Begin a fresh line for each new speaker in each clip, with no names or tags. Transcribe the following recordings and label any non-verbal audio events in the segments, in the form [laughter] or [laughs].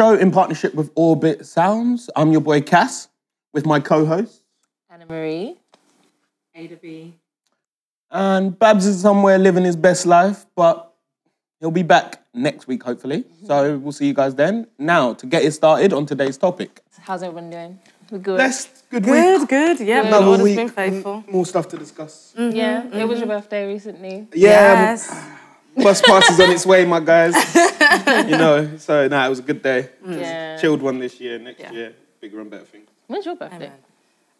Show in partnership with Orbit Sounds. I'm your boy Cass with my co-host.
Anna Marie.
A to B.
And Babs is somewhere living his best life, but he'll be back next week, hopefully.
Mm-hmm.
So we'll see you guys then. Now, to get it started on today's topic.
How's everyone doing? We're good.
Blessed, good,
Good,
week.
good. Yeah,
Good.
the
Another
Lord has
week,
been faithful.
More stuff to discuss.
yeah,
Mm-hmm.
it was your birthday recently.
Yeah,
Mm, Yes.
bus pass is on its way, my
[laughs]
guys. you know, so nah, it was a good day.
Yeah.
Chilled one this year, next
Mm. Yeah.
year, bigger and better things.
When's your birthday?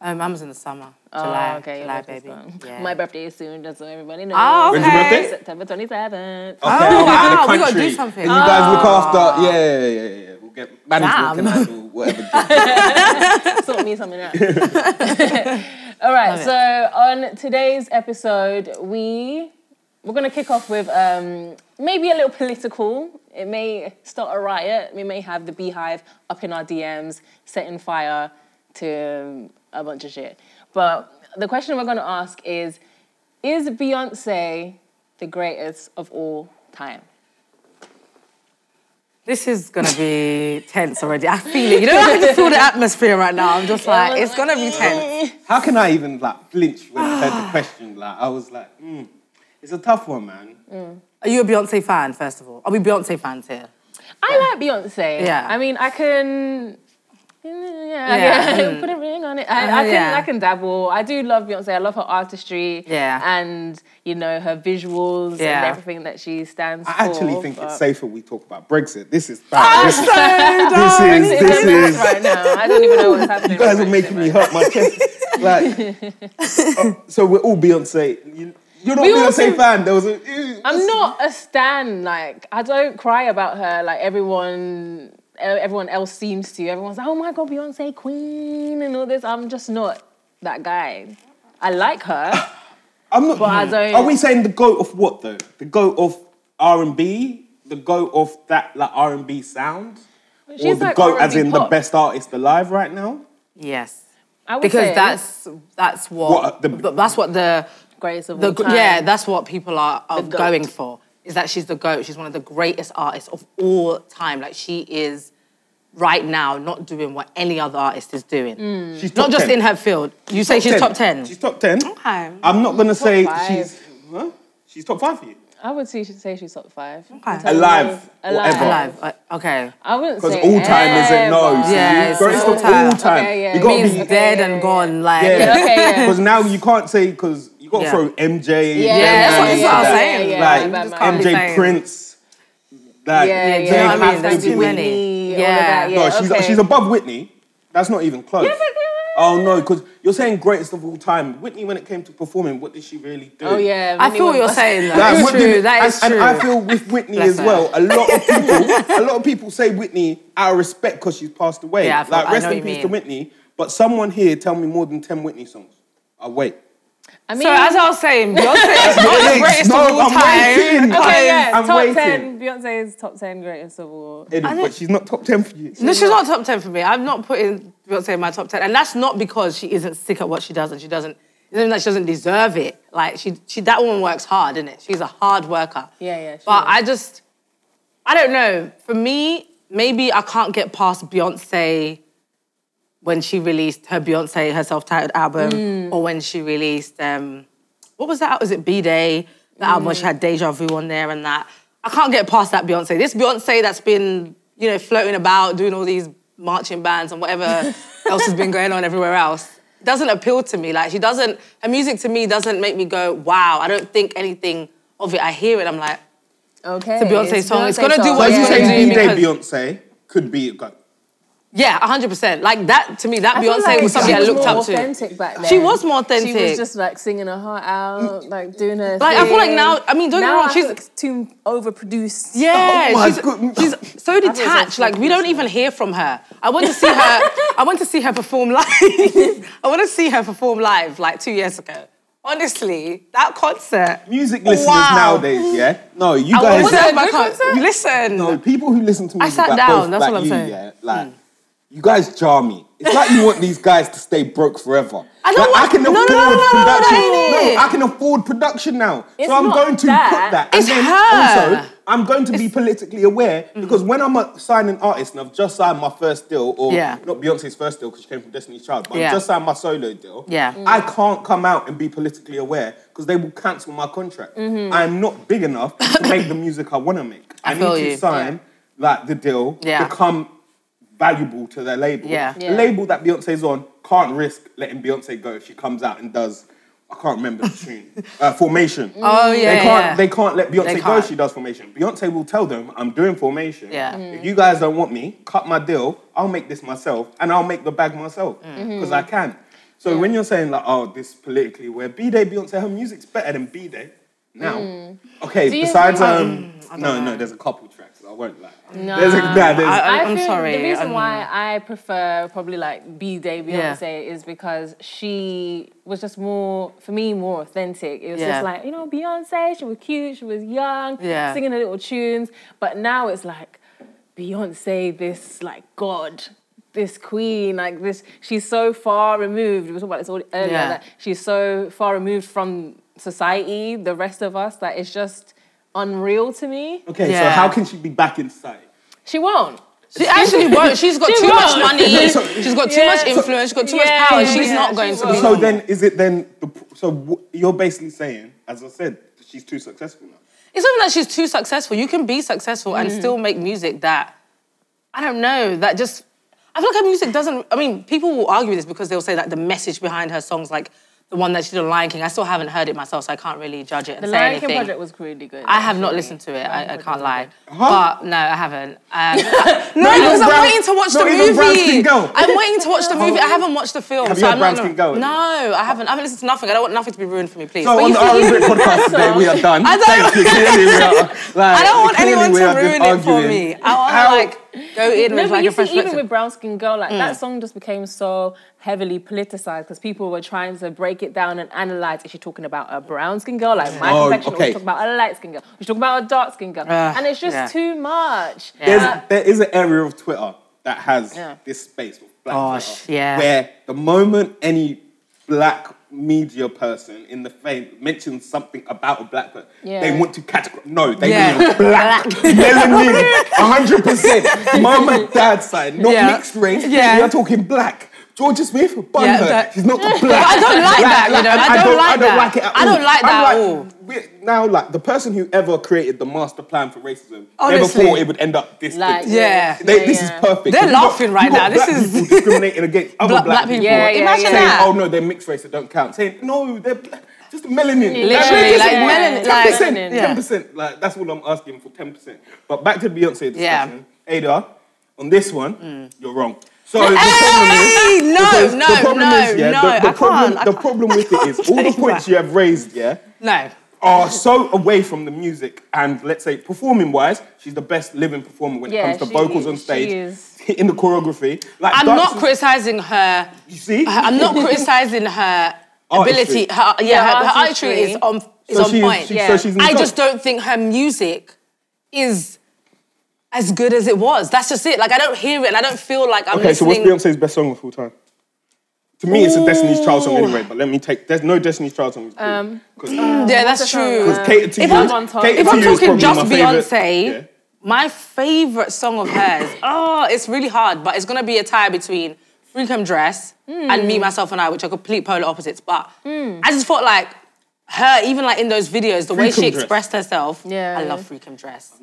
Um, I was in the summer.
Oh,
July.
your
July,
birthday's
baby.
gone.
Yeah.
My birthday is soon, just so everybody knows.
Oh,
When's your
okay.
birthday?
September 27th.
Okay,
Oh,
I'm out of
wow, we
the
gotta do
country.
something. Ah.
And you guys look after. Yeah, yeah, yeah, yeah, yeah. We'll get management can
Damn.
handle whatever. job.
[laughs] sort me something out. All right, so on today's episode, we we're gonna kick off with um, maybe a little political. It may start a riot. We may have the beehive up in our DMs, setting fire to um, a bunch of shit. But the question we're gonna ask is: Is Beyonce the greatest of all time?
This is gonna be tense already. I
[laughs]
feel it. You know, I can just feel the atmosphere right now. I'm
Oh,
just like, it's gonna be tense.
How can I even like flinch when you said
Ah.
the question? Like I was like, mm, it's a tough one, man.
Are you a Beyonce fan, first of all? Are we Beyonce fans here?
I like Beyonce.
Yeah.
I mean, I can. Yeah,
Yeah.
yeah. [laughs] put a ring on it. I, I
Uh,
can,
yeah.
I can dabble. I do love Beyonce. I love her artistry.
Yeah.
and you know her visuals and
Yeah.
everything that she stands
I actually
for.
think
but-
it's safer we talk about Brexit. This is bad. This, is
It's
this
going nuts
is. You
right now. I don't even know what's happening.
guys are
with
making
Brexit
me hurt my chest. Like,
[laughs]
oh, so we're all Beyonce. You, you're not a
We
Beyonce
also-
fan. There was a. ew,
I'm not a stan. Like I don't cry about her. Like everyone, e, everyone else seems to. Everyone's like, oh my god, Beyonce Queen and all this. I'm just not that guy. I like her.
I'm not. Hmm.
I don't-
Are we saying the goat of what though? The goat of R and B, the goat of that like R and B sound, or
She's
the
like
goat as
R&B
in the
pop.
best artist alive right now?
Yes.
I would
Because
say
that's that's what,
What, the-
th- that's what the,
greatest of
the
all time.
yeah, that's what people are, are
goat.
going for. Is that she's the GOAT. She's one of the greatest artists of all time. Like she is right now not doing what any other artist is doing.
Hmm.
She's
Not
top
just
10.
in her field. You say she's top ten.
She's top ten.
Okay.
I'm not gonna say
five.
she's. Huh? She's top five for you.
I would say, say she's top five.
Okay.
Alive,
Alive.
whatever.
Alive. Uh, okay.
I wouldn't say
Because all time is a no.
ever.
see?
Yeah, it's
greatest
all
of
time.
all time.
Okay, yeah,
you gotta
yeah.
He's
be.
Okay,
dead
yeah,
and
yeah,
gone. Like
Yeah.
Okay, yeah.
Because now you can't say because you gotta
Yeah.
throw MJ.
Yeah,
them
that's what-
and
that's what I was
that.
saying.
Yeah,
Like
yeah, just
can't be
MJ
saying-
Prince. Like,
Yeah,
they
yeah.
you know what I
have
mean?
to
There's
be
too
with-
many.
Whitney, all of
Yeah.
that,
No,
yeah,
she's,
okay.
she's above Whitney. That's not even close.
Yes, I do.
Oh no, because you're saying greatest of all time. Whitney, when it came to performing, what did she really do?
[laughs] Oh yeah,
I
Vinny
feel what
was-
you're saying. Though.
Like,
It's
what
true.
did-
that
and-
is
and,
true.
I feel with Whitney
Bless
as
her.
well. A lot
[laughs]
of people, a lot of people say Whitney out of respect because she's passed away.
Yeah, I feel-
like
I
rest
know
in
what
peace
you
to
mean.
Whitney. But someone here tell me more than ten Whitney songs. I wait.
[laughs] I mean,
so as I was saying, Beyonce is not the greatest
No,
of all
I'm
time.
waiting.
okay, [laughs] yeah,
I'm
top
waiting.
ten. Beyonce is top ten greatest of all.
Eddie, but she's not top ten for you.
No, she's not top ten for me. I'm not putting Beyonce in my top ten, and that's not because she isn't sick at what she does, and she doesn't. It's not that she doesn't deserve it. Like she, she that woman works hard, isn't it? She's a hard worker.
Yeah, yeah, she
But
is.
I just, I don't know. For me, maybe I can't get past Beyonce when she released her Beyonce her self-titled album,
Mm.
or when she released um, what was that? Was it B Day? The album where she had Deja Vu on there and that. I can't get past that Beyonce. This Beyonce that's been you know floating about doing all these marching bands
[laughs]
and whatever else has been going on everywhere else doesn't appeal to me. Like she doesn't. Her music to me doesn't make me go wow. I don't think anything of it. I hear it. I'm like
Okay,
It's a Beyonce song. It's gonna do
song.
So
what
you
it's
Yeah.
gonna
saying
do
B Day
because-
Beyonce could be a go.
yeah, 100. percent Like that to me. That
I feel
Beyonce
like
was somebody
she
I looked
more
up to.
Authentic back then.
She was more
She was
authentic.
just like singing her heart out, like doing her.
Like, I feel like
thing.
now- I mean, don't get me
Now
wrong,
I
she's-
feel it's too overproduced.
Yeah,
Oh my
she's,
goodness.
she's so detached. Like we don't even hear from her. I want to see her. I want to see her perform live. [laughs] I want to see her perform live like two years ago. Honestly, that concert.
Music listeners
Wow.
nowadays, yeah. No, you
I
guys.
was
that
at
a
my
good
con-
concert?
Listen,
No, people who listen to me,
I sat
like
down,
both,
that's
like
what I'm
you,
saying. Hmm.
Yeah, like you guys jar me. It's like you want these guys to stay broke forever.
I don't
Like,
want-
I can
no, no,
afford
no, no, no, no,
production.
that ain't it.
I can afford production now,
It's
so I'm
not
going to
that.
put that. And
It's
then
her. Mm-hmm.
Also, I'm going to be politically aware because when I'm a signing artist and I've just signed my first deal, or
Yeah.
not Beyonce's first deal because she came from Destiny's Child, but
Yeah.
I've just signed my solo deal.
Yeah. Mm.
I can't come out and be politically aware because they will cancel my contract.
Mm-hmm.
I'm not big enough
[laughs]
to make the music I want to make. I,
feel
need to
you.
sign like the deal
Yeah.
become valuable to their label.
Yeah.
Yeah.
The label that Beyonce's on can't risk letting Beyonce go if she comes out and does. I can't remember the tune.
[laughs]
Uh, formation.
Oh yeah,
They can't.
yeah.
They can't let Beyonce
They
go. if
can't.
She does formation. Beyonce will tell them, "I'm doing formation.
Yeah. Mm.
If you guys don't want me, cut my deal. I'll make this myself, and I'll make the bag myself because
Mm.
I
Mm-hmm.
can." So when you're saying like, "Oh, this politically where B Day Beyonce, her music's better than B Day now." Okay.
Mm. you- Mm,
besides,
I-
um, no, no, there's a couple tracks. I won't lie. There's a, nah, there's,
I-
I
I'm
feel
sorry,
The reason
I'm-
why I prefer probably like B Day
Yeah.
Beyonce is because she was just more, for me, more authentic. It was
Yeah.
just like, you know, Beyonce, she was cute, she was young,
Yeah.
singing her little tunes. But now it's like, Beyonce, this like God. This queen, like this, she's so far removed. We were talking about this all earlier.
Yeah.
That she's so far removed from society, the rest of us, that it's just unreal to me.
okay. So
Yeah.
how can she be back in sight?
She won't.
She actually won't. She's got
She
too
won't.
much
[laughs]
money.
So-
She's got too
Yeah.
much influence. She's got too
Yeah,
much power.
yeah,
She's
yeah,
not
she
going to
won't.
be.
So then, is it then? The, pr- so w- you're basically saying, as I said, she's too successful now.
It's not even that she's too successful. You can be successful
Mm.
and still make music that I don't know. That just I feel like her music doesn't. I mean, people will argue this because they'll say that the message behind her songs, like the one that she did on Lion King, I still haven't heard it myself, so I can't really judge it and
The
say
Lion
anything.
King project was really good.
I have not
actually.
listened to it. I, I can't lie.
Huh?
But [laughs] no, I haven't. Um, no, because I'm
Brown-
waiting to watch
not
the
even Brown
movie.
Skin Girl.
I'm waiting to watch the [laughs] movie. I haven't watched the film.
Have you
so
had
I'm
Brown
not,
Skin Girl?
No, I haven't. I haven't listened to nothing. I don't want nothing to be ruined for me, please.
So
But
on
you-
the Iron Brit podcast today, we are done.
[laughs] I don't-
Thank you. Clearly we are, like,
I don't want
clearly
anyone
we
to
are just
ruin it for
arguing.
me.
How-
I want to like go in
No, but
with like
you
a fresh Mm.
see, even with
perspective.
Brown Skin Girl, like that song just became so heavily politicized because people were trying to break it down and analyze. Is she talking about a brown skin girl, like my
Oh,
complexion, or
okay.
is she talking about a light skin girl? Or is she talking about a dark skin girl?
Ah,
and it's just
yeah.
too much. Uh,
There's, there is an area of Twitter that has
Yeah.
this space with black
Oh,
Twitter,
sh- yeah.
where the moment any black media person in the fame mentions something about a black person,
Yeah.
they want to categorize. No, they
Yeah. [laughs]
mean black, melanin, 100%. Mom and dad side, not
Yeah.
mixed race.
Yeah.
We are talking black. Georgia Smith, bun
Yeah,
her.
that-
She's
[laughs]
not black.
I don't like that, you know, I don't like
I don't
that.
like it at
I
all.
don't like
I'm
that at all.
we're now like the person who ever created the master plan for racism
Honestly.
never thought it would end up this
Like,
big.
Yeah.
They, this is
yeah.
perfect.
They're
You got-
laughing right
you got
now. This
black
is-
people discriminating
[laughs]
against other
Black,
black,
black people.
people.
Yeah, yeah,
Imagine
yeah.
Saying,
that.
oh no, they're mixed race, it don't count. Saying no, they're black, just melanin.
Literally, like,
melanin,
ten
like-
percent,
melanin.
ten percent. Like that's all I'm asking for, ten percent. But back to Beyonce discussion.
Yeah. Mm.
Ada, on this one, you're wrong. So "Oh, the problem is.
Hey,
Because
no, no,
the problem
no,
is, yeah,
no.
the, the
I
problem,
can't. I
the
can't.
problem with it is all the
[laughs] take
points
that.
you have raised, yeah,
No.
are so away from the music and let's say performing wise, she's the best living performer when
Yeah,
it comes to
she-
vocals on
she
stage,
is.
[laughs] hitting the choreography. Like
I'm
dances-
not criticizing her.
You see, [laughs]
I'm not criticizing her
Artistry.
ability. Her, yeah,
Yeah,
her, her
artistry.
archery is on is
So
on
she's-
point.
she-
yeah.
so she's
I
not-
just don't think her music is as good as it was. That's just it. Like I don't hear it, and I don't feel like I'm
Okay, so what's
listening.
Beyonce's best song of all time? To me, it's a Destiny's Child song
Ooh.
anyway. But let me take. There's no Destiny's Child song. Um,
yeah, that's true.
catered to
uh, if
you.
I'm-
Catered
if
to
I'm
you is probably
talking just
my favorite.
Beyonce,
Yeah.
my favorite song of hers. oh, it's really hard, but it's gonna be a tie between Freakum Dress and
Hmm.
Me, Myself, and I, which are complete polar opposites. But I just felt like her, even like in those videos, the way
Freakum
she
Dress.
expressed herself.
Yeah,
I
yeah.
love Freakum Dress.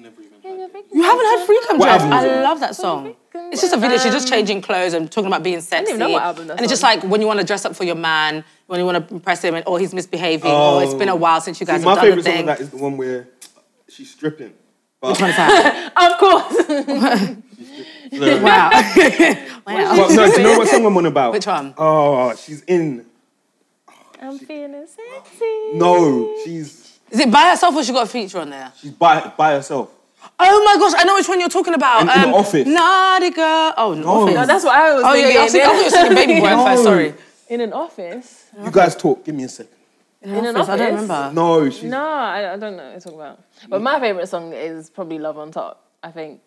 You
I haven't heard Freakum Dress.
album is
I
it?
love that song. It's just a video. She's just changing clothes and talking about being sexy.
even know what album that's
and it's just like when you want to dress up for your man, when you want to impress him, and, or he's misbehaving,
Oh.
or it's been a while since you guys
My
have done a
favorite song
thing.
of that is the one where she's stripping. [laughs]
Of
[laughs]
course.
So-
Wow.
Well, no, do you know what song I'm on about?
[laughs] Which one?
Oh, she's in.
I'm feeling sexy.
No, she's
Is it by herself or she got a feature on there?
she's by by herself.
Oh my gosh, I know which one you're talking about.
And in The Office.
Naughty girl. Oh, no.
No.
No, that's what I was
Oh, yeah,
thinking.
yeah. I, was thinking, I thought you were
[laughs]
singing Baby
[laughs]
Boy
No.
first, sorry.
In an office.
You guys talk. Give me a second.
In an office.
I don't remember.
No, she's
No, I, I don't know what you're talking about. But my favorite song is probably Love on Top. I think.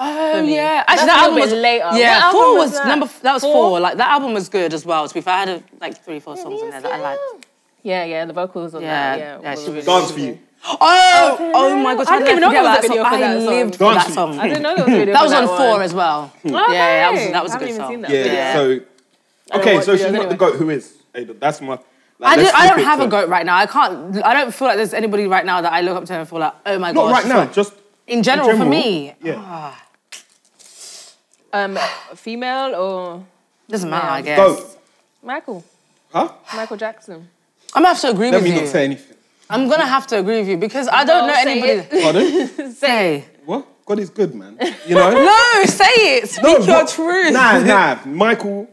Oh,
me.
yeah.
Um, That's
Actually,
a
that
little
album
bit
was
later. What
Yeah,
album
four
was
was,
that?
number, f- that was four?
Four?
Like, that album was good as well. To be fair, I had a, like three, four songs on there that I liked.
Yeah, yeah, the vocals on
Yeah,
that. Yeah,
yeah,
were
she was-
dance for you.
Oh, oh my gosh!
I didn't even know there
forget
was
about
a video for
I
that song.
lived for that
Dancing.
song.
I didn't know
[laughs]
there was a video
That
for
was on
one. Oh,
four as well.
Hmm.
Yeah, yeah, that was that was a
I haven't even
good
seen
song.
that.
Yeah,
Yeah.
so.
don't
Okay,
watch
so she's
videos
not the
anyway.
goat. Who is? Ada? That's my. like,
I,
let's
did, I
flip
don't
it
have
to-
a goat right now. I can't. I don't feel like there's anybody right now that I look up to and feel like, oh my
Not
gosh.
right now,
like-
just.
in general, for me,
Yeah.
Um, female or
doesn't matter. I guess.
Goat.
Michael?
Huh?
Michael Jackson.
I'm gonna have to agree
Let
with
me
you.
not say anything.
I'm gonna have to agree with you because I don't
No,
know
say
anybody. [laughs]
Pardon?
[laughs]
Say
what? God is good, man. You
[laughs]
know?
no. Say it. Speak your
what-
truth. [laughs]
Nah, nah. Michael.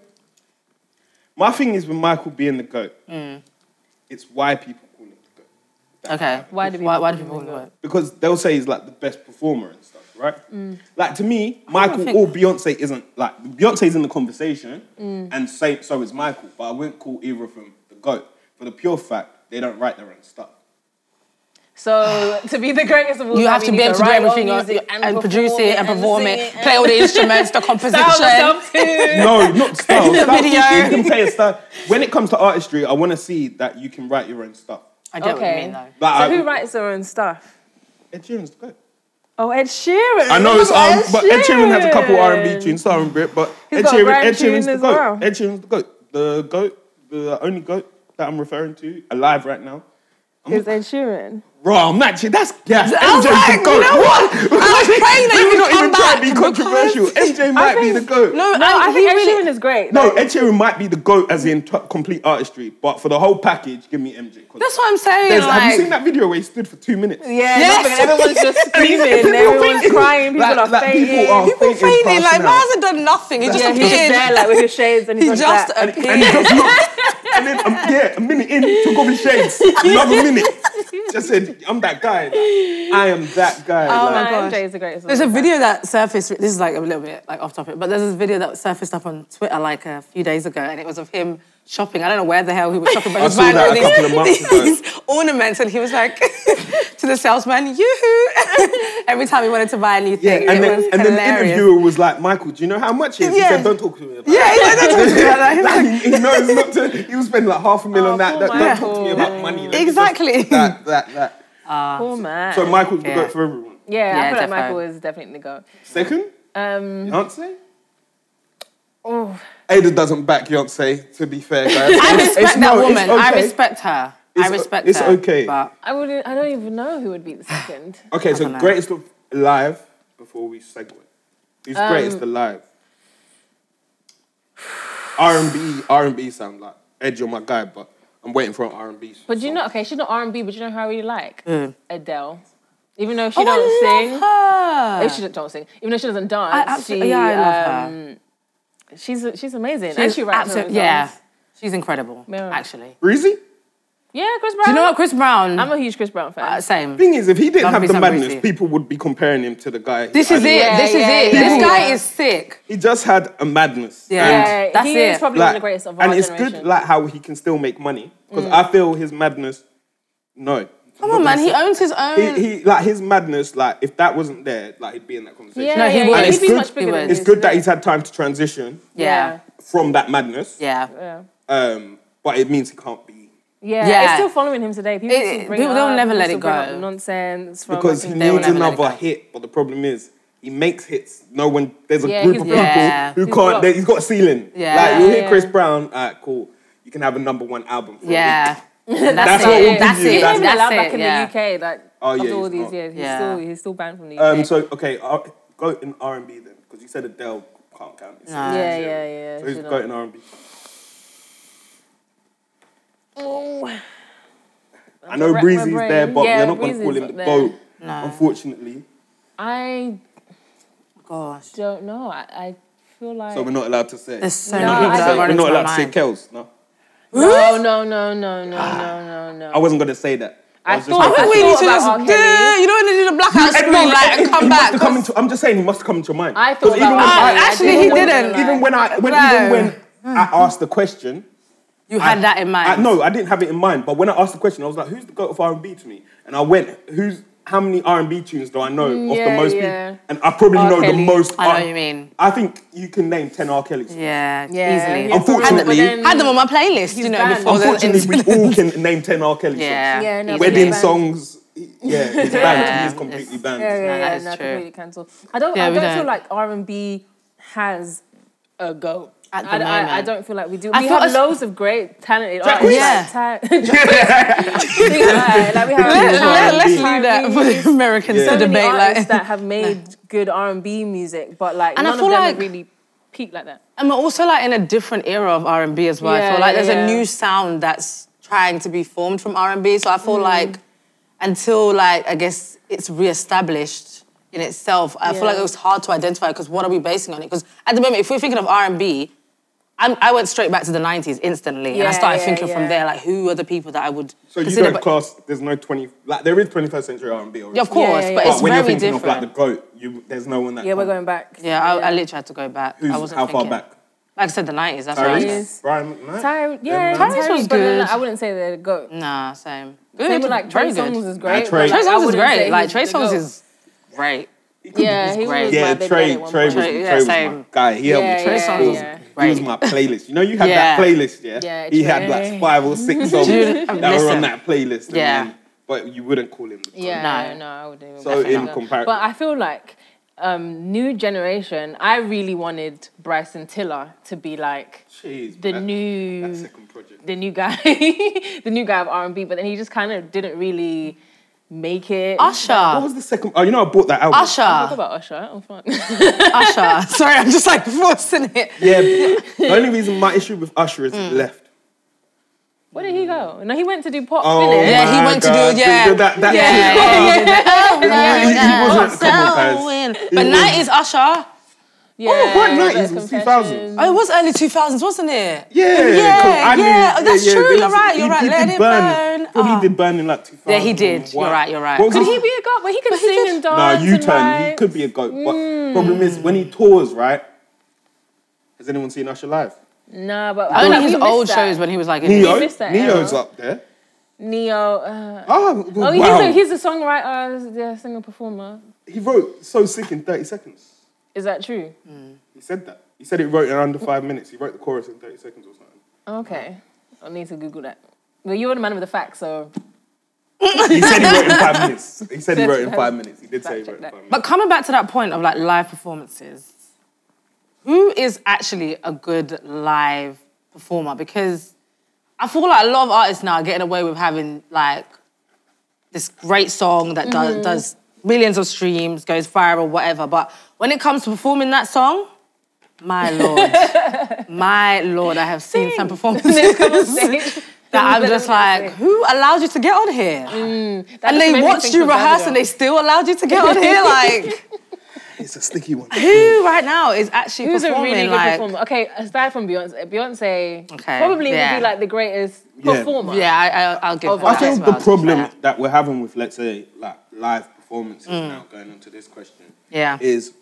My thing is with Michael being the goat.
Mm.
It's why people call him the goat
Okay.
Why do
Why,
people
why do people do it?
because they'll say he's like the best performer and stuff, right? Like to me, Michael
think-
or Beyonce isn't like Beyonce's in the conversation, and say, so is Michael, but I wouldn't call either of them the goat for the pure fact they don't write their own stuff.
So to be the greatest of all,
You
time,
have to
you
be
need
able to do
write your
everything
music
and, and produce
perform
it and perform
sing
it, [laughs] play
[laughs]
all the instruments, the
Sound
composition.
yourself too.
No, not style.
The
Style-
video.
You can play a style. When it comes to artistry, I want to see that you can write your own stuff.
I get what you
[laughs] Okay.
mean though.
Like,
So
I,
who writes their own stuff?
Ed Sheeran's the goat.
Oh, Ed Sheeran.
I know it's
Look at
um, but Ed Sheeran has a couple R and B tunes, sorry, Brit, but Ed
got a
Sheeran,
grand
Ed Sheeran's
tune
the
as
goat.
well.
Ed Sheeran's the goat. The goat, the only goat that I'm referring to alive right now.
Is Ed Sheeran?
Bro, I'm not. That's gas.
I
MJ's
was like,
the
you
goat.
know what? I was praying that
We
you
were
would
not
come
even trying
back.
to be
[laughs]
controversial. MJ might be the goat. No,
No,
No, I, think
he
Ed
really-
Sheeran is great.
Ed Sheeran might be the goat as in t- complete artistry, but for the whole package, give me MJ. 'cause
That's what I'm saying.
there's-
like,
have you seen that video where he stood for two minutes?
Yeah,
Yes.
nothing. everyone's just
[laughs]
People
screaming, everyone's
fainting.
crying, people
Like-
are
like,
fainting.
people are-
People
Fainting,
fainting. Like,
passing
man
out.
hasn't done nothing. He just
yeah, he's just
appeared.
there like with his shades and he's
[laughs] He
like
just
that.
And he
appeared.
does
[laughs]
not. And then, um, yeah, a minute in, took off his shades. Another minute. Just said, I'm that guy. I am that guy. like,
oh gosh.
MJ is the greatest. of
There's
all
a
time.
video that surfaced. This is like a little bit like off topic, but there's this video that surfaced up on Twitter like a few days ago, and it was of him shopping. I don't know where the hell
[laughs]
he was shopping, but he was
saw
buying
that
all
a couple of months
these,
ago.
these ornaments, and he was like [laughs] to the salesman, "Yoo-hoo!" [laughs] Every time he wanted to buy a new
yeah,
thing, it
and then,
was
and then the
hilarious.
interviewer was like, Michael, do you know how much it is?
Yeah.
He said, don't talk to me about it.
[laughs] yeah, yeah, that's what he was like. He
[laughs]
was like,
Like, he knows not to. He was spending like half a mil
Oh,
on that.
poor
That- Don't talk to me
Michael.
about money. Like,
Exactly.
just That, that, that.
Poor man.
So Michael's the
Yeah.
goat for everyone.
yeah,
Yeah,
I feel like
defo.
Michael is definitely the goat.
Second,
Um,
Beyonce.
oh,
Ada doesn't back Beyonce. To be fair, guys.
[laughs] [laughs] I respect
It's-
that
no, it's
woman. I
okay.
respect her. I
It's o-
respect
it's
her.
okay.
But
I wouldn't. I don't even know who would be the second.
Okay, so
don't know.
greatest of alive. Before we segue, who's
Um,
greatest alive? R and B, R and B sound like Edge. You're my guy, but I'm waiting for an R and B.
But you know, okay, she's not R and B, but you know who I really like
Mm.
Adele. Even though she
oh,
don't
I
sing,
love her.
if she don't, don't sing. Even though she doesn't dance,
I absolutely,
she,
yeah, I love
um,
her.
she's she's amazing, and she writes her own
Absolute- yeah.
songs.
She's incredible,
Yeah.
actually.
Breezy.
yeah, Chris Brown.
Do you know what, Chris Brown?
I'm a huge Chris Brown fan.
uh, same.
Thing is, if he didn't
Don't
have
be
the
so
madness,
breezy.
people would be comparing him to the guy.
This is it.
Yeah,
this is
yeah,
it.
yeah,
this
yeah.
guy is sick.
He just had a madness.
Yeah.
And
yeah,
That's
he
it.
is probably one of the greatest of our
and it's
generation. Mm.
good like how he can still make money because I feel his madness. No,
Come on, man. He owns his
he,
own.
he like his madness. Like if that wasn't there, like he'd be in that conversation.
yeah,
No, he
yeah,
would.
yeah.
It's
He'd be
good-
much bigger than
he
It's
this,
good that
yeah.
he's had time to transition
yeah.
from that madness.
Yeah.
yeah.
Um, but it means he can't be
Yeah,
Yeah.
it's still following him today. People,
It-
still
it-
bring
people
it
don't
up,
never
people
let it
still bring up
go.
nonsense from
because
back
he
in the day.
will
needs
never let it
another
go.
hit. But the problem is he makes hits. No one. There's a
Yeah,
group
he's
of people
blocked.
Yeah.
who
He's
can't. They,
blocked.
he's got a ceiling.
Yeah.
Like you hear
Yeah.
Chris Brown. Alright, cool. You can have a number one album. For a week.
Yeah. [laughs] That's,
That's
it.
what we'll give
That's
you.
it.
He's not
That's
even
That's
allowed
it.
back in
yeah.
the UK. Like
Oh, yeah,
after all
he's
these
not.
years, he's
Yeah.
still he's still banned from the UK.
Um, so okay, uh, go in R and B then, because you said Adele can't count. It's
Nah.
yeah,
zero.
yeah, yeah.
So who's
you know.
go in R and B? I know
wreck my
Breezy's
brain.
there, but
Yeah,
we're not going to call
Breezy's
him the
up there.
goat, unfortunately.
I
Gosh.
don't know. I, I feel like
So we're not allowed to say.
There's so
No,
many
I
people that
don't-
run
we're
into
not
my
allowed to say
mind.
Kels. No,
no, Oh, no, no, no, no, no, no,
I
no.
wasn't going to say that.
I
was just
thought-
like-
I
I think [laughs] we
thought
need to
about
just,
R.
do,
Kelly.
you don't need to do the blackout
Everyone-
screen, like, and
it- it
come
must
back.
have come into- I'm just saying, he must have come into your mind.
I
'Cause
thought about
when
R.
I-
Kelly. I
actually, he
didn't want to
didn't.
lie.
Even when I, when,
No.
even when I asked the question,
you had that in mind.
I, no, I didn't have it in mind. But when I asked the question, I was like, "Who's the goat of R and B to me?" And I went, "Who's how many R and B tunes do I know of the
yeah,
most
yeah.
people?" And I probably
R.
know the
Kelly.
most.
I know
R-
what you mean.
I think you can name ten R Kellys.
Yeah,
Yeah,
easily.
yeah, so-
Unfortunately-
but then-
had them on my playlist, you know,
banned.
before the
Unfortunately, we all can name ten R Kelly
[laughs] Yeah.
songs.
Yeah, no,
easily.
but
Wedding
banned.
songs, yeah, he's banned. He's completely
it's-
banned.
Yeah, yeah,
No, that
yeah,
is
no,
true.
completely cancelled. I don't,
Yeah,
I
we
don't, feel
don't.
like R and B has a go.
At the
I, I- I,
moment.
don't feel like we do.
I
we
thought
have
as-
loads of great talented
Jack
artists.
White.
like,
[laughs]
ta- like [laughs] we have
Let,
Jack
let, us
White,
leave that for the Americans
Yeah.
so many
to debate.
artists
Like, [laughs]
that have made good R and B music, but like
And I
none
feel
of them
like-
have really peaked like that.
I'm also like in a different era of R and B as well. I
Yeah,
feel like
yeah,
there's a
yeah.
new sound that's trying to be formed from R and B. So I feel
Mm.
like until like I guess it's reestablished in itself, I feel
Yeah.
like it was hard to identify because what are we basing on it? Because at the moment, if we're thinking of R and B, I'm, I went straight back to the '90s instantly, and
Yeah,
I started
yeah,
thinking
yeah.
from there like who are the people that I would
So you
consider.
don't class. There's no twenty. Like there is twenty first century R and B.
Yeah, of course,
yeah, yeah.
but
But
it's
when
very
you're thinking
different.
of like the goat, you there's no one that.
Yeah, we're
comes.
going back.
yeah, I, I literally had to go back. I
Who's
wasn't
how far
thinking.
back?
Like I said, the '90s. That's what I was
Tyrese?
saying.
Tyrese, Brian, no?
Tyrese, yeah,
Them, uh,
Tyrese was
but then, like,
good.
I wouldn't say they're a goat.
Nah, same. Good.
Same with like
very
Trey Songs
good.
is great.
Trey- Trey
but,
Trey
like, I
Songs is
wouldn't say
great. Like
he's
Trey
the
Songs
GOAT.
is great.
yeah, he
greey.
was
Yeah,
my
Trey,
big
Trey,
one.
was, Trey was,
Trey- yeah,
my
same.
guy. He helped
Yeah,
me. Trey
yeah,
was,
yeah.
he was
Right.
my playlist. You know, you had that
Yeah.
playlist, yeah?
Yeah,
he had like
Trey.
five or six songs that
Dude,
were on
listen.
that playlist. and
Yeah.
then- but you wouldn't call him. the goat.
Yeah, no,
No.
I wouldn't. Even
So in
Yeah.
comparison,
But I feel like um, new generation. I really wanted Bryson Tiller to be like
Jeez,
the
that-
new
that second project.
the new guy, [laughs] the new guy of R and B. But then he just kind of didn't really make it.
What
Usher.
was the second? Oh, you know, I bought that album.
Talk
Usher.
about Usher. oh, I'm [laughs] fine. [laughs]
Usher. Sorry, I'm just like forcing it.
Yeah. but the only reason my issue with Usher is
Mm.
it left.
Where did he go? No, he went to do pop.
Oh,
innit? [laughs]
Yeah, he
my
went to
God. Oh,
do yeah.
That- that [laughs]
yeah,
too.
yeah, yeah.
He- he wasn't- come on, guys.
Selling.
He
But
was-
nineties Usher.
[laughs]
yeah.
Oh, quite nineties,
Black
two thousands.
Confessions.
Oh, it was early two thousands, wasn't it?
Yeah, 'cause
Yeah,
I knew-
yeah, oh, that's true,
there
you're right, you're
he-
right,
he
let
did
it burn.
Probably
Ah.
did burn in like 2000.
Yeah, he did. You're right, you're right.
Could he be a goat? But he could
he
sing
did-
and
No,
dance.
U
and
turn. He
like-
could be a goat.
Hmm.
But problem is, when he tours, right? Has anyone seen Usher live?
No, but I feel
Only
like
his
we missed
old
that.
shows when he was like. in-
Neo,
missed that
Neo's
era.
up there.
Neo. Uh,
Oh,
Oh,
wow.
he's, a, he's a songwriter, yeah, singer, performer.
he wrote "So Sick" in 30 seconds.
Is that true?
Mm.
He said that. He said he wrote it in under five minutes. He wrote the chorus in 30 seconds or something.
Okay, I need to Google that. Well, you're the man with the facts, so
He said he wrote it in five minutes. He said he wrote it in five minutes. He did say he wrote
Fact
it in
check
five minutes.
But coming back to that point of like live performances, who is actually a good live performer? Because I feel like a lot of artists now are getting away with having like this great song that
Mm-hmm.
does, does millions of streams, goes viral, whatever. But when it comes to performing that song,
[laughs]
my lord, my lord, I have seen
[laughs]
some performances
stage.
[laughs] that I'm just like, who allowed you to get on here? and
just made
they
me
watched
Mm, think
you
of
rehearse
Vanderbilt.
and they still allowed you to get
[laughs]
on here. Like,
It's a sticky one.
who right now is actually
who's a
performing?
really good
like,
performer? Okay, aside from Beyonce, Beyonce
Okay,
probably would
yeah.
be like the greatest
Yeah.
performer. [laughs]
Yeah, I, I, I'll give.
Of
her
I
all
that
think
as
the
well, to be
problem
fair.
that we're having with, let's say, like live performances now, going on to this question,
Mm. Yeah.
is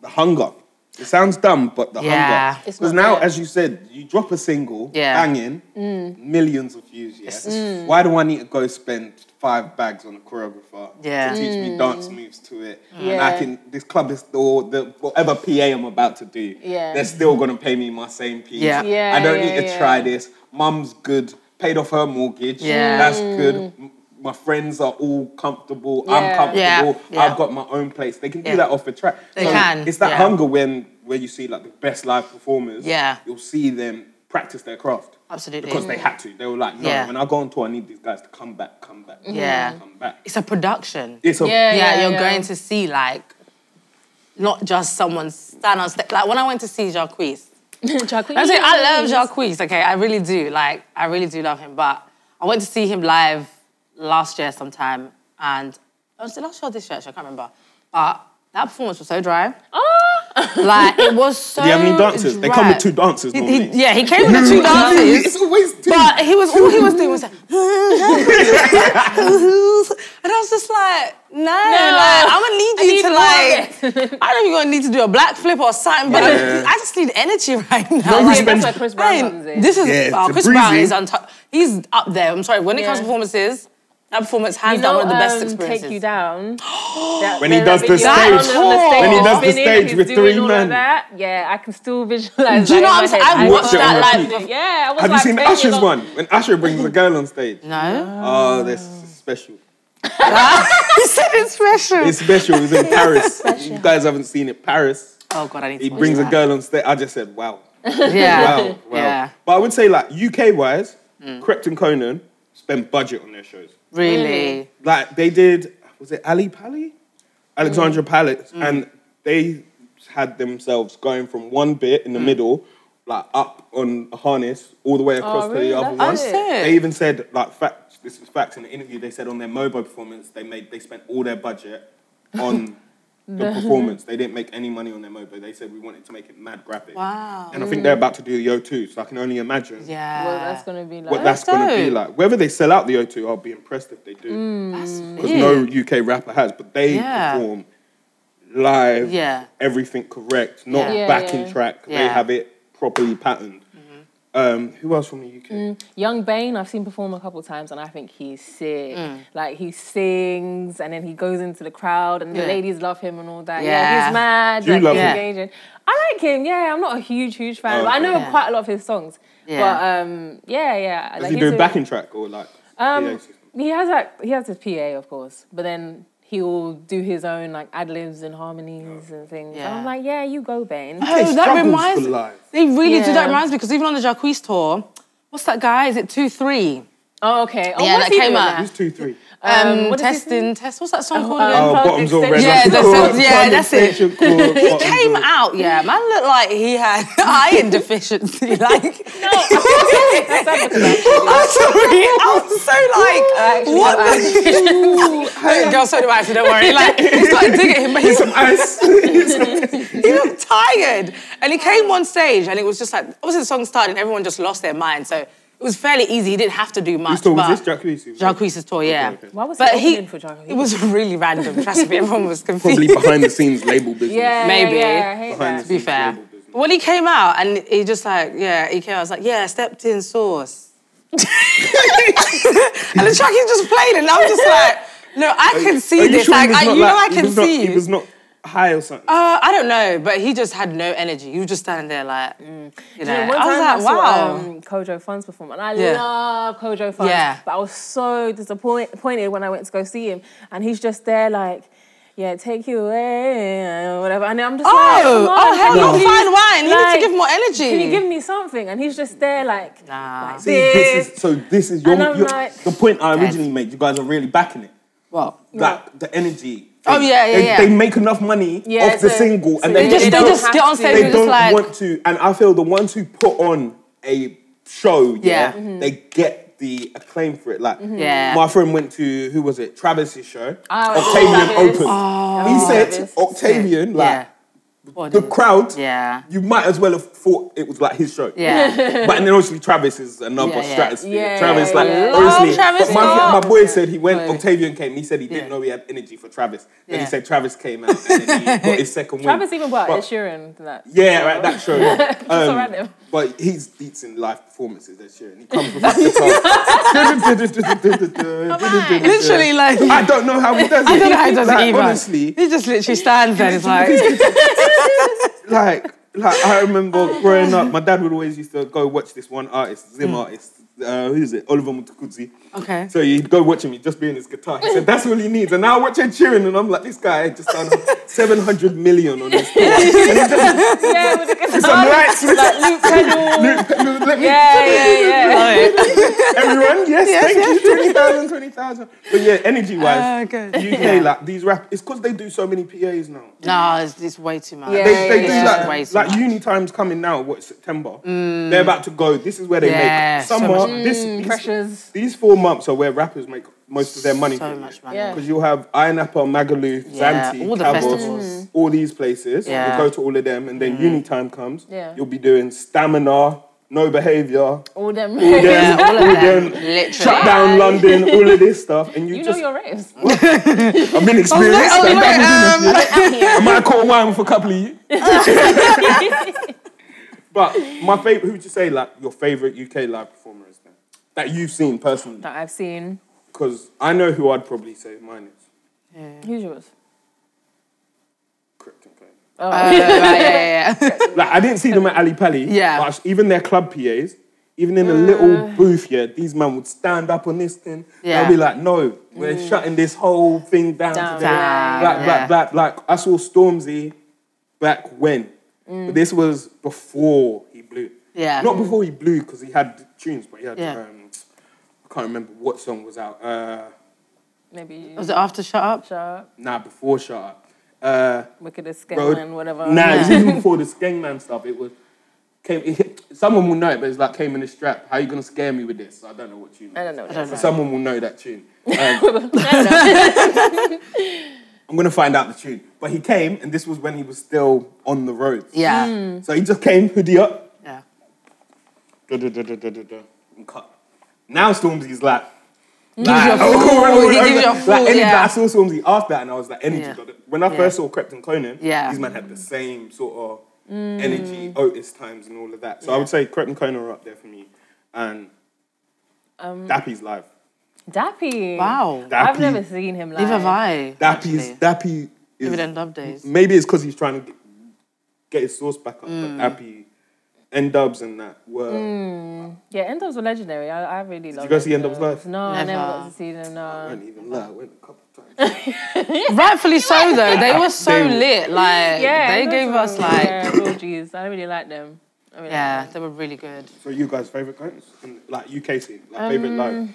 the hunger. It sounds dumb, but the
Yeah.
hunger.
It's
Because
not
now,
there.
as you said, you drop a single,
Yeah.
banging,
Mm.
millions of views. Yeah. Why do I need to go spend five bags on a choreographer
Yeah.
to teach me dance moves to it? And
Mm. Yeah.
I can. This club is or the whatever PA I'm about to do.
Yeah.
They're still gonna pay me my same piece.
Yeah.
Yeah,
I don't
yeah,
need to
yeah.
try this. Mum's good. Paid off her mortgage.
Yeah. Mm.
That's good. M- My friends are all comfortable. I'm
Yeah.
comfortable.
Yeah, yeah.
I've got my own place. They can do
Yeah.
that off the track.
They can,
It's that
yeah.
hunger when where you see like the best live performers.
Yeah.
You'll see them practice their craft.
Absolutely.
Because they had to. They were like, no,
Yeah.
when I go on tour, I need these guys to come back, come back, come
Yeah.
back, come back.
It's a production.
It's a
Yeah.
Yeah, you're
yeah.
going to see like not just someone stand on stage. Like when I went to see Jacquees,
Jacquees.
I say I love Jacquees. Okay, I really do. Like I really do love him. But I went to see him live last year sometime, and oh, was it last year or this year? Actually, I can't remember. But that performance was so dry. Like it was so.
Do you have any dancers? They come
dry.
with two dancers
He-
normally.
he- yeah, he came with the
[laughs]
two dances.
It's always two.
But he was all he was doing was
[laughs]
like, [laughs] and I was just like, no, like, I'm gonna need you to like, I don't even gonna need to do a black flip or something, but
Yeah.
I, I just need energy right now.
Don't
Like,
respect-
That's why Chris Brown
I
runs
ain't-
it.
this is
Yeah,
oh,
to
Chris Brown
breezy.
is on top. He's up there. I'm sorry. When it comes to
Yeah.
performances, that performance hands
You
down
know,
one of the best
um,
experiences.
Take you
[gasps]
down. That-
When he
that
does the
video
stage.
on the- on the
When he
does
stage
the
spinning,
stage
he's
with
doing
three
all of
men.
that. Yeah, I can still visualize.
Do
that
you know
in
what
my
I'm saying?
head.
I
know.
watched
watched it on
that
repeat.
live.
Yeah, I was
Have
like,
you seen
banging
Usher's
on-
one? When Usher brings a girl on stage.
No.
Oh, that's special.
he said it's special.
It's special. It was in Paris. you guys haven't seen it. Paris.
oh god, I need to.
He
watch
brings a
that.
girl on stage. I just said, wow.
Yeah.
Wow. wow.
Yeah.
But I would say, like, UK wise, Crept and Conan spend budget on their shows.
Really.
Like, they did, was it Ali Pali? Alexandra Palace. And they had themselves going from one bit in the middle, like, up on a harness all the way across to
really?
the other
That's
one.
it.
They even said like facts. This is facts in the interview. They said on their mobile performance, they made they spent all their budget on the performance. They didn't make any money on their mobile. They said we wanted to make it mad graphic.
Wow.
And I think they're about to do the O2, so I can only imagine
Yeah.
Well, that's gonna be like.
what that's going to be
dope.
like. Whether they sell out the O2, I'll be impressed if they do,
That's
because
big.
no UK rapper has. But they
Yeah.
perform live,
Yeah.
everything correct, not
Yeah.
Yeah,
backing
yeah.
track. They
Yeah. Mm-hmm.
have it properly patterned. Um, who else from the UK?
Mm, Young Bane, I've seen perform a couple times, and I think he's sick.
Mm.
Like he sings, and then he goes into the crowd, and the
Yeah.
ladies love him and all that. Yeah,
Yeah.
he's mad.
Do you
like,
love
he's
him?
engaging. I like him. Yeah, I'm not a huge, huge fan.
Oh,
but I know
okay.
quite a lot of his songs.
Yeah.
But um, yeah, yeah.
Does
like,
he
he's
do
a-
a backing track or like? PA
Um,
system?
he has like he has his PA, of course, but then he will do his own like ad libs and harmonies and things. And I'm
Yeah.
like, yeah, you go, Bane.
Oh,
Hey,
that
struggles
reminds.
for life.
They really do.
Yeah.
That reminds me because even on the Jacquees tour, what's that guy? Is it two three?
Oh, okay. Oh,
Yeah,
what's
that
he
came
doing
up.
now?
Who's two, three?
Um,
what is his
testing test. What's that song called?
um,
again?
Oh,
Cloud
bottoms all red.
extension
like
Yeah, that's
cord,
it. Yeah,
cord
that's it.
extension cord,
He
bottoms [laughs]
came
all-
out, yeah. Man looked like he had [laughs] iron deficiency. [laughs] Like, no, [laughs] I'm sorry. [laughs] I was so like, uh,
actually
what? The... Girl, so do I. Actually, don't worry. Like, he started digging him, but he's
Some
[laughs]
ice.
he looked tired. And he came on stage and it was just like, obviously the song started and everyone just lost their mind. So it was fairly easy. He didn't have to do much.
Whose tour was
but-
this? Jacquees' tour?
Jacquees' tour, yeah.
okay.
Why was
but
he
he,
opening for Jacquees?
It was [laughs] really random. Trust me, everyone was confused.
Probably
[laughs]
behind the scenes label business.
Yeah,
Maybe.
Yeah, yeah, I hate
Behind
that.
the
to be
scenes
fair.
label business.
But when he came out and he just like, yeah, he came out, I was like, yeah, I stepped in sauce. [laughs] and the track he just played and I was just like, no, I can see
Are you
this.
sure he
like,
was
I,
not
you know, I
like- he
can
was not-
see.
He was not high or something.
uh, I don't know, but he just had no energy. He was just standing there like, mm, you know.
Yeah, one
I was
time
like,
saw,
wow.
um, Kojo Funds perform, and I
Yeah.
love Kojo Funds.
Yeah.
But I was so disappoint- disappointed when I went to go see him, and he's just there like, yeah, take you away, and whatever. And I'm just like,
oh,
come on,
oh, hell,
can
no.
you
fine wine. You need
like,
to give more energy.
Can you give me something? And he's just there like,
Nah.
like
See, this is, so this is your,
And I'm
your-
like-
the point I originally made. You guys are really backing it.
well,
That the energy.
Oh, yeah, yeah,
They,
yeah.
they make enough money
Yeah,
off the
so-
single,
so
and
they
they,
just,
They
they
don't
just
have
get on
to.
stage
They
and
they
just
don't
like,
want to. And I feel the ones who put on a show, yeah,
Yeah. Mm-hmm. Mhm.
they get the acclaim for it. Like,
Yeah.
my friend went to who was it? Travis's show.
Oh,
Octavian
Travis.
opened.
Oh,
he said
Travis.
Octavian, like
yeah.
the crowd.
Yeah.
You might as well have thought it was like his show.
Yeah.
But and then obviously Travis is another
Yeah, yeah.
stratosphere.
Yeah,
Travis,
yeah,
like
yeah.
honestly,
Love Travis
but my,
Scott.
my boy said he went.
Right.
Octavian came. He said he didn't
Yeah.
know he had energy for Travis. Then
Yeah.
he said Travis came out and
[laughs]
then he got his second win.
Travis even bought
But-
Ed Sheeran for that.
Yeah, right, that show.
[laughs]
yeah.
so
Um,
random. [laughs]
But he's beats in live performances this year, and he comes with
[laughs]
[laughs] guitar.
[laughs] Literally, like, [laughs]
I don't know how he does it.
I don't know how he does it
Like,
either.
Honestly,
he just literally stands there and is like,
like like I remember growing up, my dad would always used to go watch this one artist, Zim artist. Uh, who's it? Oliver Mutukudzi.
Okay.
So he'd go watch him, he'd just be on his guitar. He said, That's all he needs. And now I watch Ed Sheeran and I'm like, this guy just done 700 million on his tour.
yeah, with the
Some
guitar,
rights.
like Luke Pedal.
Let me
Yeah, yeah, yeah.
[laughs]
Everyone, yes, thank you. 20,000, 20,000. But yeah, energy
Ah,
wise,
good.
UK, like these rap, it's because they do so many PAs now.
no, it's, it's way too much.
Yeah,
They, they
yeah,
do
Way too
like, like
much.
uni time's coming now, what, September? They're about to go. This is where they
Mm. Yeah,
make
so
summer.
much Mm,
this, these,
pressures.
these four months are where rappers make most of their money.
So much money.
Yeah.
Because you'll have Ironapper, Magaluf,
Yeah,
Zanti,
all the
Cabos,
festivals.
all these places.
Yeah. Mm.
You go to all of them, and then uni time comes.
Yeah.
You'll be doing stamina, no
[laughs]
behavior,
All them.
Yeah,
all of
all
them.
them.
Literally.
shut down London, all of this stuff, and you,
[laughs] You know
just
your raves.
I've been experienced.
I was
I've
like,
done all this, yeah. I might have caught wine for a couple of years. [laughs] but my favorite, who would you say like your favorite UK live performer is then that you've seen personally?
that I've seen.
Because I know who I'd probably say mine is.
Who's yours?
Krypton Clan.
Oh, right, yeah, yeah, yeah. [laughs]
Like I didn't see them at Ali Pali.
Yeah. Uh.
But even their club PAs, Even in a little booth, yeah, these men would stand up on this thing.
Yeah. Mm.
They'll be like, no, we're shutting this whole thing down,
Down.
today.
Down,
Black,
yeah.
black, black, black. I saw Stormzy back when. But this was before he blew.
Mm. Yeah.
Not before he blew, because he had tunes, but he had,
Yeah.
um, I can't remember what song was out. Uh,
Maybe
Was it after Shut Up?
Sharp,
nah, before Shut Up. Uh,
Wickedest
Road-
Scanlan, whatever.
Nah, it was even before the Skangman stuff. It was came. [laughs] someone will know it, but it's like came in a strap. How you gonna scare me with this? I don't know what tune.
I don't know. What
I don't
it is.
Someone will know that tune. Um, [laughs] I'm gonna find out the tune. But he came, and this was when he was still on the road.
Yeah.
So he just came hoodie up,
Yeah.
da, da, da, da, da, da, da, and cut. Now Stormzy's like.
you
[laughs]
a
like,
fool. He gives you a
like,
fool,
Energy,
yeah.
I saw Stormzy after that, and I was like, energy.
Yeah.
got it. When I
Yeah.
first saw Krypton Conan,
Yeah. Mm.
these men had the same sort of energy, Otis times, and all of that. So I would say Krypton Conan are up there for me, and
Um,
Dappy's live.
Dappy.
Wow.
Dappy,
I've never seen him live.
Neither have I.
Dappy's
actually.
Dappy is
Even in Dub Days.
maybe it's because he's trying to get, get his source back up.
Mm.
But Dappy, N Dubs, and that were.
Yeah, End Ups were legendary. I, I really love
you go see End Ups live?
No, I never
Never.
got to see
I
them. No.
won't even lie. I went a couple times.
Rightfully so, though. They were so
They-
lit. Like,
Yeah,
they
End
gave
Ups
us,
were-
like,
Yeah, real G's. I really like them. I really
yeah,
like them.
they were really good.
so you guys' favorite clients, And, like UK scene, like
Um,
favorite live.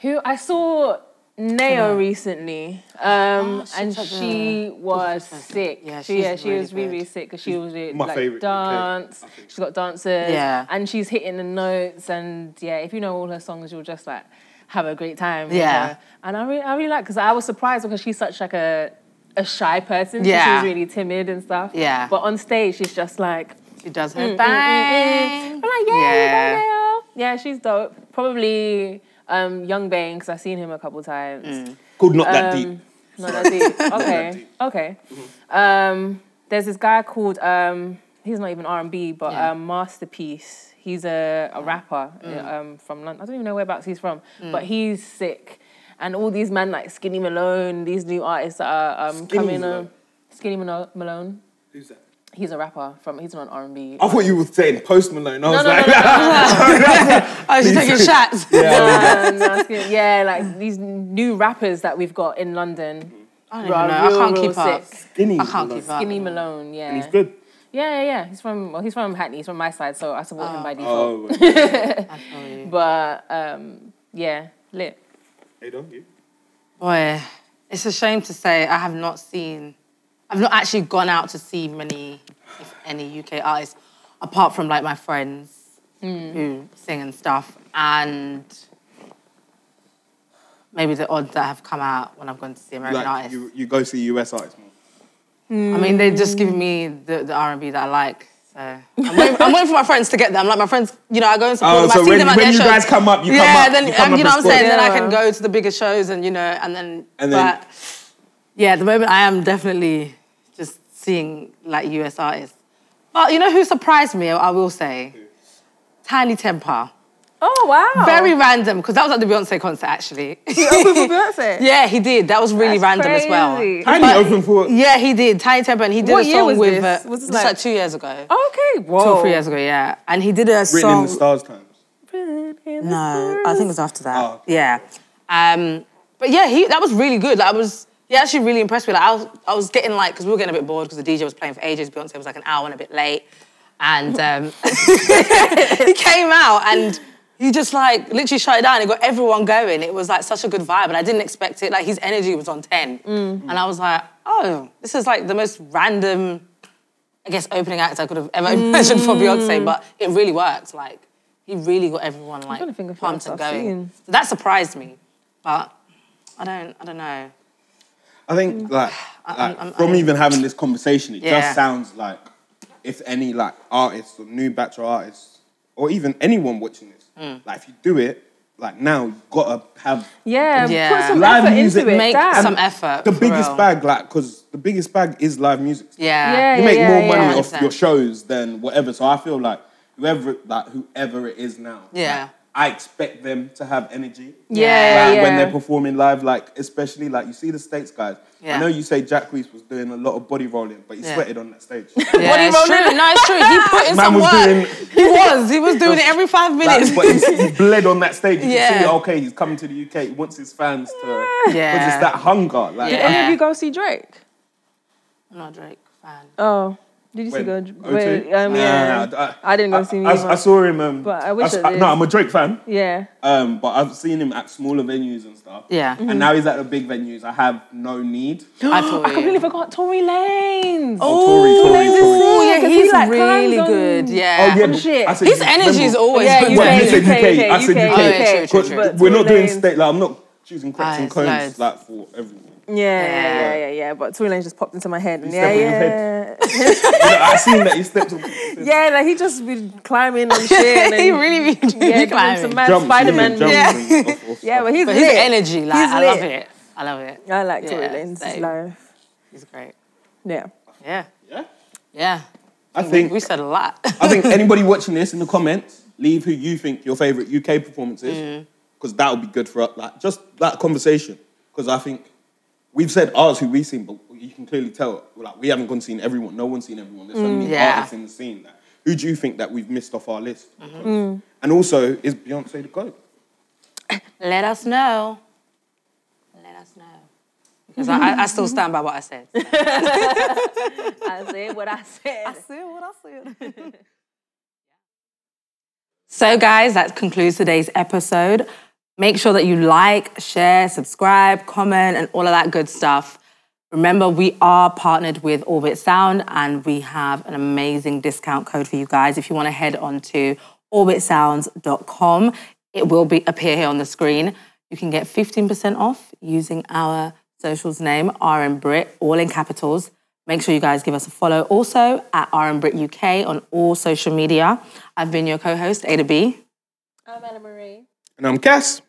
Who I saw Neo recently, um,
Oh, she's
and
at the-
she was sick.
Yeah,
she,
she's
yeah, she was really,
really good.
really sick because she was doing
my
like
favourite UK,
dance.
I think.
She's got dancers,
Yeah.
and she's hitting the notes. And yeah, if you know all her songs, you'll just like have a great time. with
Yeah.
her. and I really, I really like because I was surprised because she's such like a a shy person. so
Yeah.
she's really timid and stuff.
Yeah.
but on stage, she's just like.
She does her thing.
I'm like, yeah,
Yeah.
yeah. yeah, she's dope. Probably um, Young Bane because I've seen him a couple times.
Called Not That
um,
Deep.
Not that
[laughs]
deep. Okay,
deep.
okay.
Mm-hmm.
Um, there's this guy called um, he's not even R and B, but
Yeah.
um, Masterpiece. He's a, a rapper
Mm.
uh, um, from London. I don't even know whereabouts he's from, but he's sick. And all these men like Skinny Malone, these new artists that are um,
Skinny
coming
Malone?
on. Skinny Mano- Malone.
Who's that?
He's a rapper from. He's not R and B.
I thought you were saying Post Malone. I was
no,
like,
no,
[laughs]
Oh, she's taking shots.
yeah, no, it's good. yeah, like these new rappers that we've got in London.
I don't
Bro,
even know. Mm-hmm. I
real,
can't
real
keep up.
sick.
skinny.
I can't
Malone.
keep up.
Skinny Malone, yeah.
He's good.
Yeah, yeah, yeah. He's from well, he's from Hackney. He's from my side, so I support him by default.
Oh, wait.
I feel you.
But um, yeah, lit.
hey, don't you?
Boy, it's a shame to say I have not seen, I've not actually gone out to see many, if any, UK artists, apart from like my friends who sing and stuff, and maybe the odds that have come out when I've gone to see American
Like,
artists.
you, you go see US artists more.
I mean, they just give me the, the R and B that I like. So I'm waiting, I'm waiting for my friends to get them. Like my friends, you know, I go and support
Oh,
them.
so
I see
when-
them at
when
their
you
shows.
guys come up, you come
yeah,
up-
then
you come
and you
up
know what
as
I'm saying. Then I
well.
can go to the bigger shows, and you know, and then
And then-
but yeah, at the moment I am definitely just seeing like US artists. But you know who surprised me? I will say, Tiny Temper.
Oh wow,
Very random because that was at the Beyonce concert
[laughs]
actually.
open for Beyonce.
[laughs] yeah, he did. That was really
That's
random as well.
crazy.
Tiny open for.
Yeah, he did. Tiny Temper, and he did
What
a
year
song
was
with.
this?
Uh,
Was this
this was
like- Oh.
like two years ago,
Okay, whoa.
two or three years ago, yeah. And he did a
Written in
song.
the stars times.
no, I think it was after that.
Oh.
Yeah, um, but yeah, he that was really good. Like, I was, he actually really impressed me. Like, I was, I was getting like, because we were getting a bit bored because the DJ was playing for ages. Beyonce was like an hour and a bit late, and um, [laughs] he came out and. He just like literally shut it down. It got everyone going. It was like such a good vibe, and I didn't expect it. Like his energy was on ten,
Mm.
and I was like, "Oh, this is like the most random I guess opening act I could have ever [laughs] imagined
Mm.
for Beyonce, but it really worked. Like he really got everyone like
trying to think of who else
pumped and
I've
going.
seen.
So that surprised me, but I don't. I don't know.
I
Mm.
think
[sighs]
like, like from even having this conversation, it
Yeah.
just sounds like if any like artists or new batch of artists or even anyone watching this, like if you do it, like now you gotta have
Mm. Yeah,
Yeah.
put some
Live
effort
music
into it.
Make
damn.
some effort.
the
for
biggest
real.
bag, like because the biggest bag is live music.
Yeah.
you
Yeah,
make
yeah,
more
yeah.
money off
100%.
your shows than whatever. So I feel like whoever like whoever it is now,
Yeah.
I expect them to have energy.
Yeah,
Like, When
yeah.
they're performing live, like especially like you see the States guys.
Yeah.
I know you say Jack Reese was doing a lot of body rolling, but he
Yeah.
sweated on that
[laughs]
stage.
Yeah, it's true. No, it's true.
[laughs]
He put in
Man
some
was
work. [laughs]
doing-
he was. He was doing it every five minutes. [laughs]
Like, but he, he bled on that stage. You
Yeah.
can see, okay, he's coming to the UK. He wants his fans to. Because
Yeah.
it's that hunger. Like,
Yeah.
yeah.
Any of you go see Drake?
I'm not a Drake fan.
Oh, did you see go? Wait, um, yeah. I, didn't go see him.
I,
either.
I saw him. Um,
But I wish
s-
I did.
No, I'm a Drake fan.
yeah.
Um, but I've seen him at smaller venues and stuff.
Yeah.
Mm-hmm.
And now he's at the big venues. I have no
[gasps]
need.
I feel
[gasps] I completely
you.
forgot Tory Lanez.
Oh, Tory, Tory, Tory.
Oh, yeah,
Because
he's
he, like,
really
climbs on-
good.
Oh,
Yeah.
yeah. but
shit.
I said
His
you-
energy is
remember-
always
yeah,
good.
UK,
Well, you said
UK,
UK, I said
UK,
UK.
UK.
Oh, true, true,
But
true.
We're
Tory
not doing
Lanez-
state. Like, I'm not choosing crepes and
Loads,
cones
loads.
like for everyone.
Yeah, yeah,
Yeah.
yeah, yeah, yeah. But Tory Lanez just popped into my head. Yeah,
stepped on your
yeah.
I seen that he stepped
[laughs]
on.
yeah, like he just be climbing and shit.
[laughs]
And
[laughs] he really be
yeah,
yeah,
doing some
climbing.
mad
Jump,
Spider-Man.
jump,
Yeah,
jump, off, off,
[laughs] yeah,
off.
but he's
But
lit.
his energy, like,
He's
I love
lit.
it. I love it.
I like Tory
Yeah,
Lanez. He's
same.
like,
He's great.
yeah.
Yeah.
yeah.
Yeah.
I think
We said a lot.
I think anybody watching this in the comments, leave who you think your favorite UK performance is, because that would be good for us. Like just that conversation, because I think we've said ours who we've seen, but you can clearly tell like we haven't gone seen everyone. No one's seen everyone. There's so many
Yeah.
artists in the scene. Like, who do you think that we've missed off our list? And also, is Beyonce the goat?
[laughs] Let us know. Let us know. Because I, I- I still stand by what I said.
I said what I said.
[laughs] So, guys, that concludes today's episode. Make sure that you like, share, subscribe, comment, and all of that good stuff. Remember, we are partnered with Orbit Sound, and we have an amazing discount code for you guys. If you want to head on to orbitsounds.com, it will be appear here on the screen. You can get 15% off using our socials name, RM Brit, all in capitals. Make sure you guys give us a follow also at RM Brit UK on all social media. I've been your co host, A to B.
I'm Anna Marie.
And I'm Cass.